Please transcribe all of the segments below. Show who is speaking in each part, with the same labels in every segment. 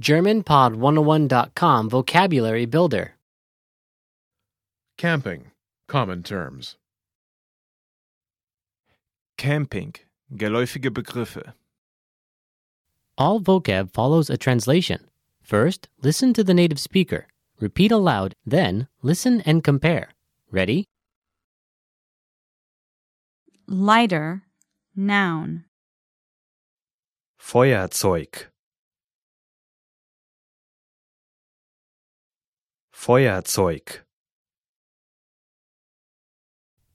Speaker 1: GermanPod101.com Vocabulary Builder.
Speaker 2: Camping. Common terms.
Speaker 3: Camping. Geläufige Begriffe.
Speaker 1: All vocab follows a translation. First, listen to the native speaker. Repeat aloud, then, listen and compare. Ready?
Speaker 4: Lighter, noun.
Speaker 5: Feuerzeug Feuerzeug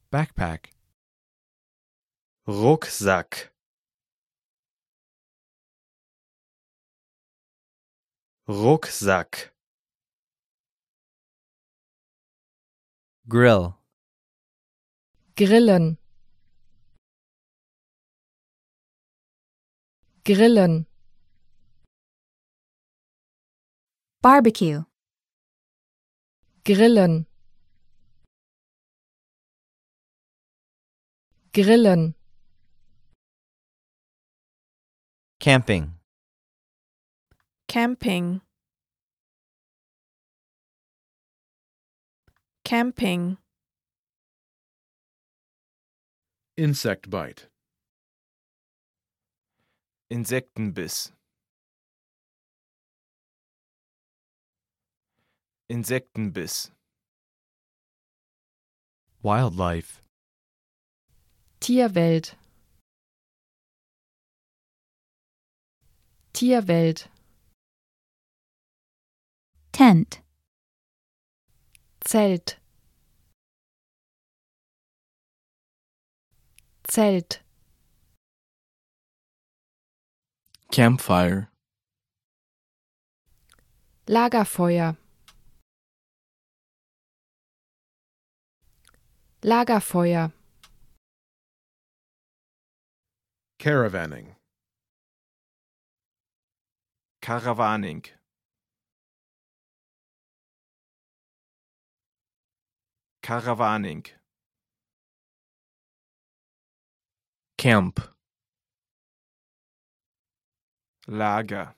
Speaker 3: Backpack.
Speaker 5: Rucksack Rucksack
Speaker 6: Grill.
Speaker 7: Grillen. Grillen.
Speaker 4: Barbecue.
Speaker 7: Grillen. Grillen.
Speaker 6: Camping.
Speaker 8: camping camping
Speaker 2: Insect bite.
Speaker 3: Insektenbiss. Insektenbiss. Wildlife.
Speaker 7: Tierwelt. Tierwelt.
Speaker 4: Tent.
Speaker 7: Zelt. Zelt.
Speaker 9: Campfire.
Speaker 7: Lagerfeuer. Lagerfeuer.
Speaker 2: Caravanning.
Speaker 3: Caravaning. Caravaning.
Speaker 9: Camp.
Speaker 3: Lager.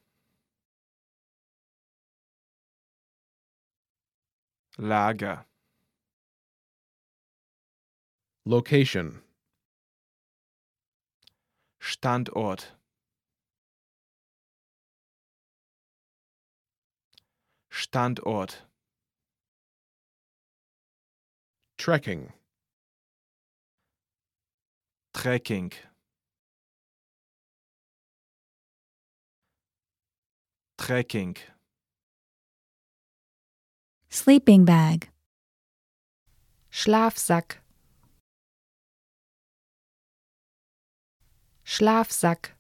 Speaker 3: Lager.
Speaker 2: Location.
Speaker 3: Standort. Standort.
Speaker 2: Trekking.
Speaker 3: Trekking. Trekking.
Speaker 4: Sleeping bag.
Speaker 7: Schlafsack. Schlafsack.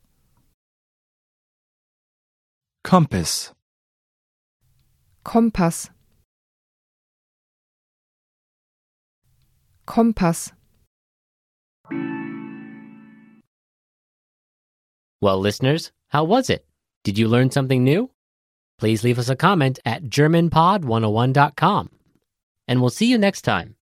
Speaker 3: Kompass.
Speaker 7: Kompass. Kompass.
Speaker 1: Well, listeners, how was it? Did you learn something new? oh Please leave us a comment at GermanPod101.com. And we'll see you next time.